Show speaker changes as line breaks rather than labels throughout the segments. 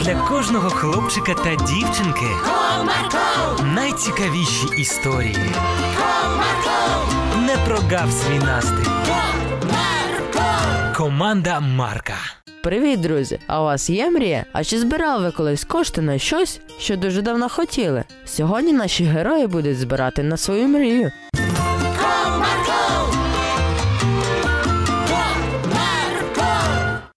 для кожного хлопчика та дівчинки
Comarco,
найцікавіші історії.
Comarco,
Не прогав свій настрій.
Comarco.
Команда Марка.
Привіт, друзі! А у вас є мрія? А чи збирали ви колись кошти на щось, що дуже давно хотіли? Сьогодні наші герої будуть збирати на свою мрію.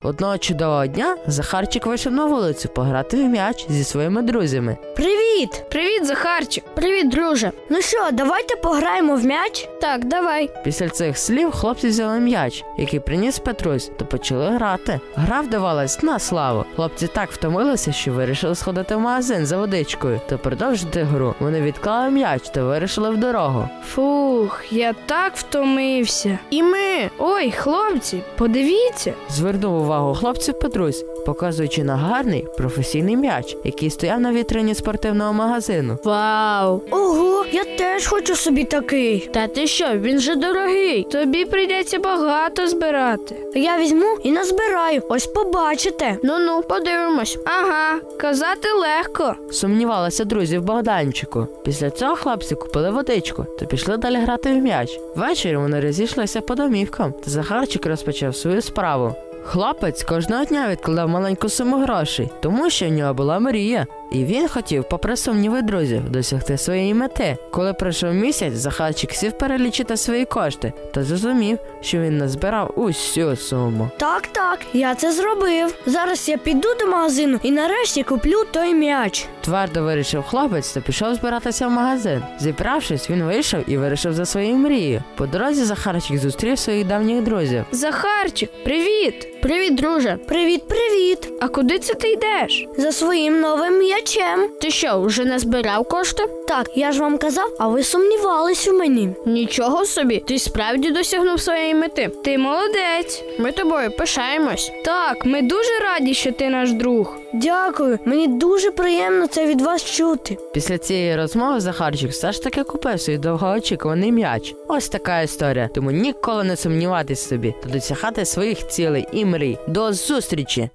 Одного чудового дня Захарчик вийшов на вулицю пограти в м'яч зі своїми друзями.
Привіт! Привіт, Захарчик! Привіт, друже! Ну що, давайте пограємо в м'яч? Так, давай.
Після цих слів хлопці взяли м'яч, який приніс Петрусь, та почали грати. Гра вдавалась на славу. Хлопці так втомилися, що вирішили сходити в магазин за водичкою та продовжити гру. Вони відклали м'яч та вирішили в дорогу.
Фух, я так втомився. І ми. Ой, хлопці, подивіться.
Звернув увагу хлопців Петрусь, показуючи на гарний професійний м'яч, який стояв на вітрині спортивного магазину.
Вау!
Ого, я теж хочу собі такий.
Та ти що, він же дорогий. Тобі прийдеться багато збирати.
Я візьму і назбираю. Ось побачите.
Ну ну, подивимось. Ага, казати легко.
Сумнівалися друзі в Богданчику. Після цього хлопці купили водичку та пішли далі грати в м'яч. Ввечері вони розійшлися по домівкам, та Захарчик розпочав свою справу. Хлопець кожного дня відкладав маленьку суму грошей, тому що в нього була мрія. І він хотів, попри сумніви друзів, досягти своєї мети. Коли пройшов місяць, Захарчик сів перелічити свої кошти та зрозумів, що він назбирав усю суму.
Так, так, я це зробив. Зараз я піду до магазину і нарешті куплю той м'яч.
Твердо вирішив хлопець та пішов збиратися в магазин. Зібравшись, він вийшов і вирішив за свою мрію. По дорозі Захарчик зустрів своїх давніх друзів.
Захарчик, привіт! Привіт, друже.
Привіт, привіт!
А куди це ти йдеш?
За своїм новим м'ячем.
Ти що, вже не збирав кошти?
Так, я ж вам казав, а ви сумнівались у мені.
Нічого собі, ти справді досягнув своєї мети. Ти молодець. Ми тобою пишаємось. Так, ми дуже раді, що ти наш друг.
Дякую, мені дуже приємно це від вас чути.
Після цієї розмови Захарчик все ж таки купив свій довгоочікуваний м'яч. Ось така історія. Тому ніколи не сумніватись в собі та досягати своїх цілей і мрій. До зустрічі!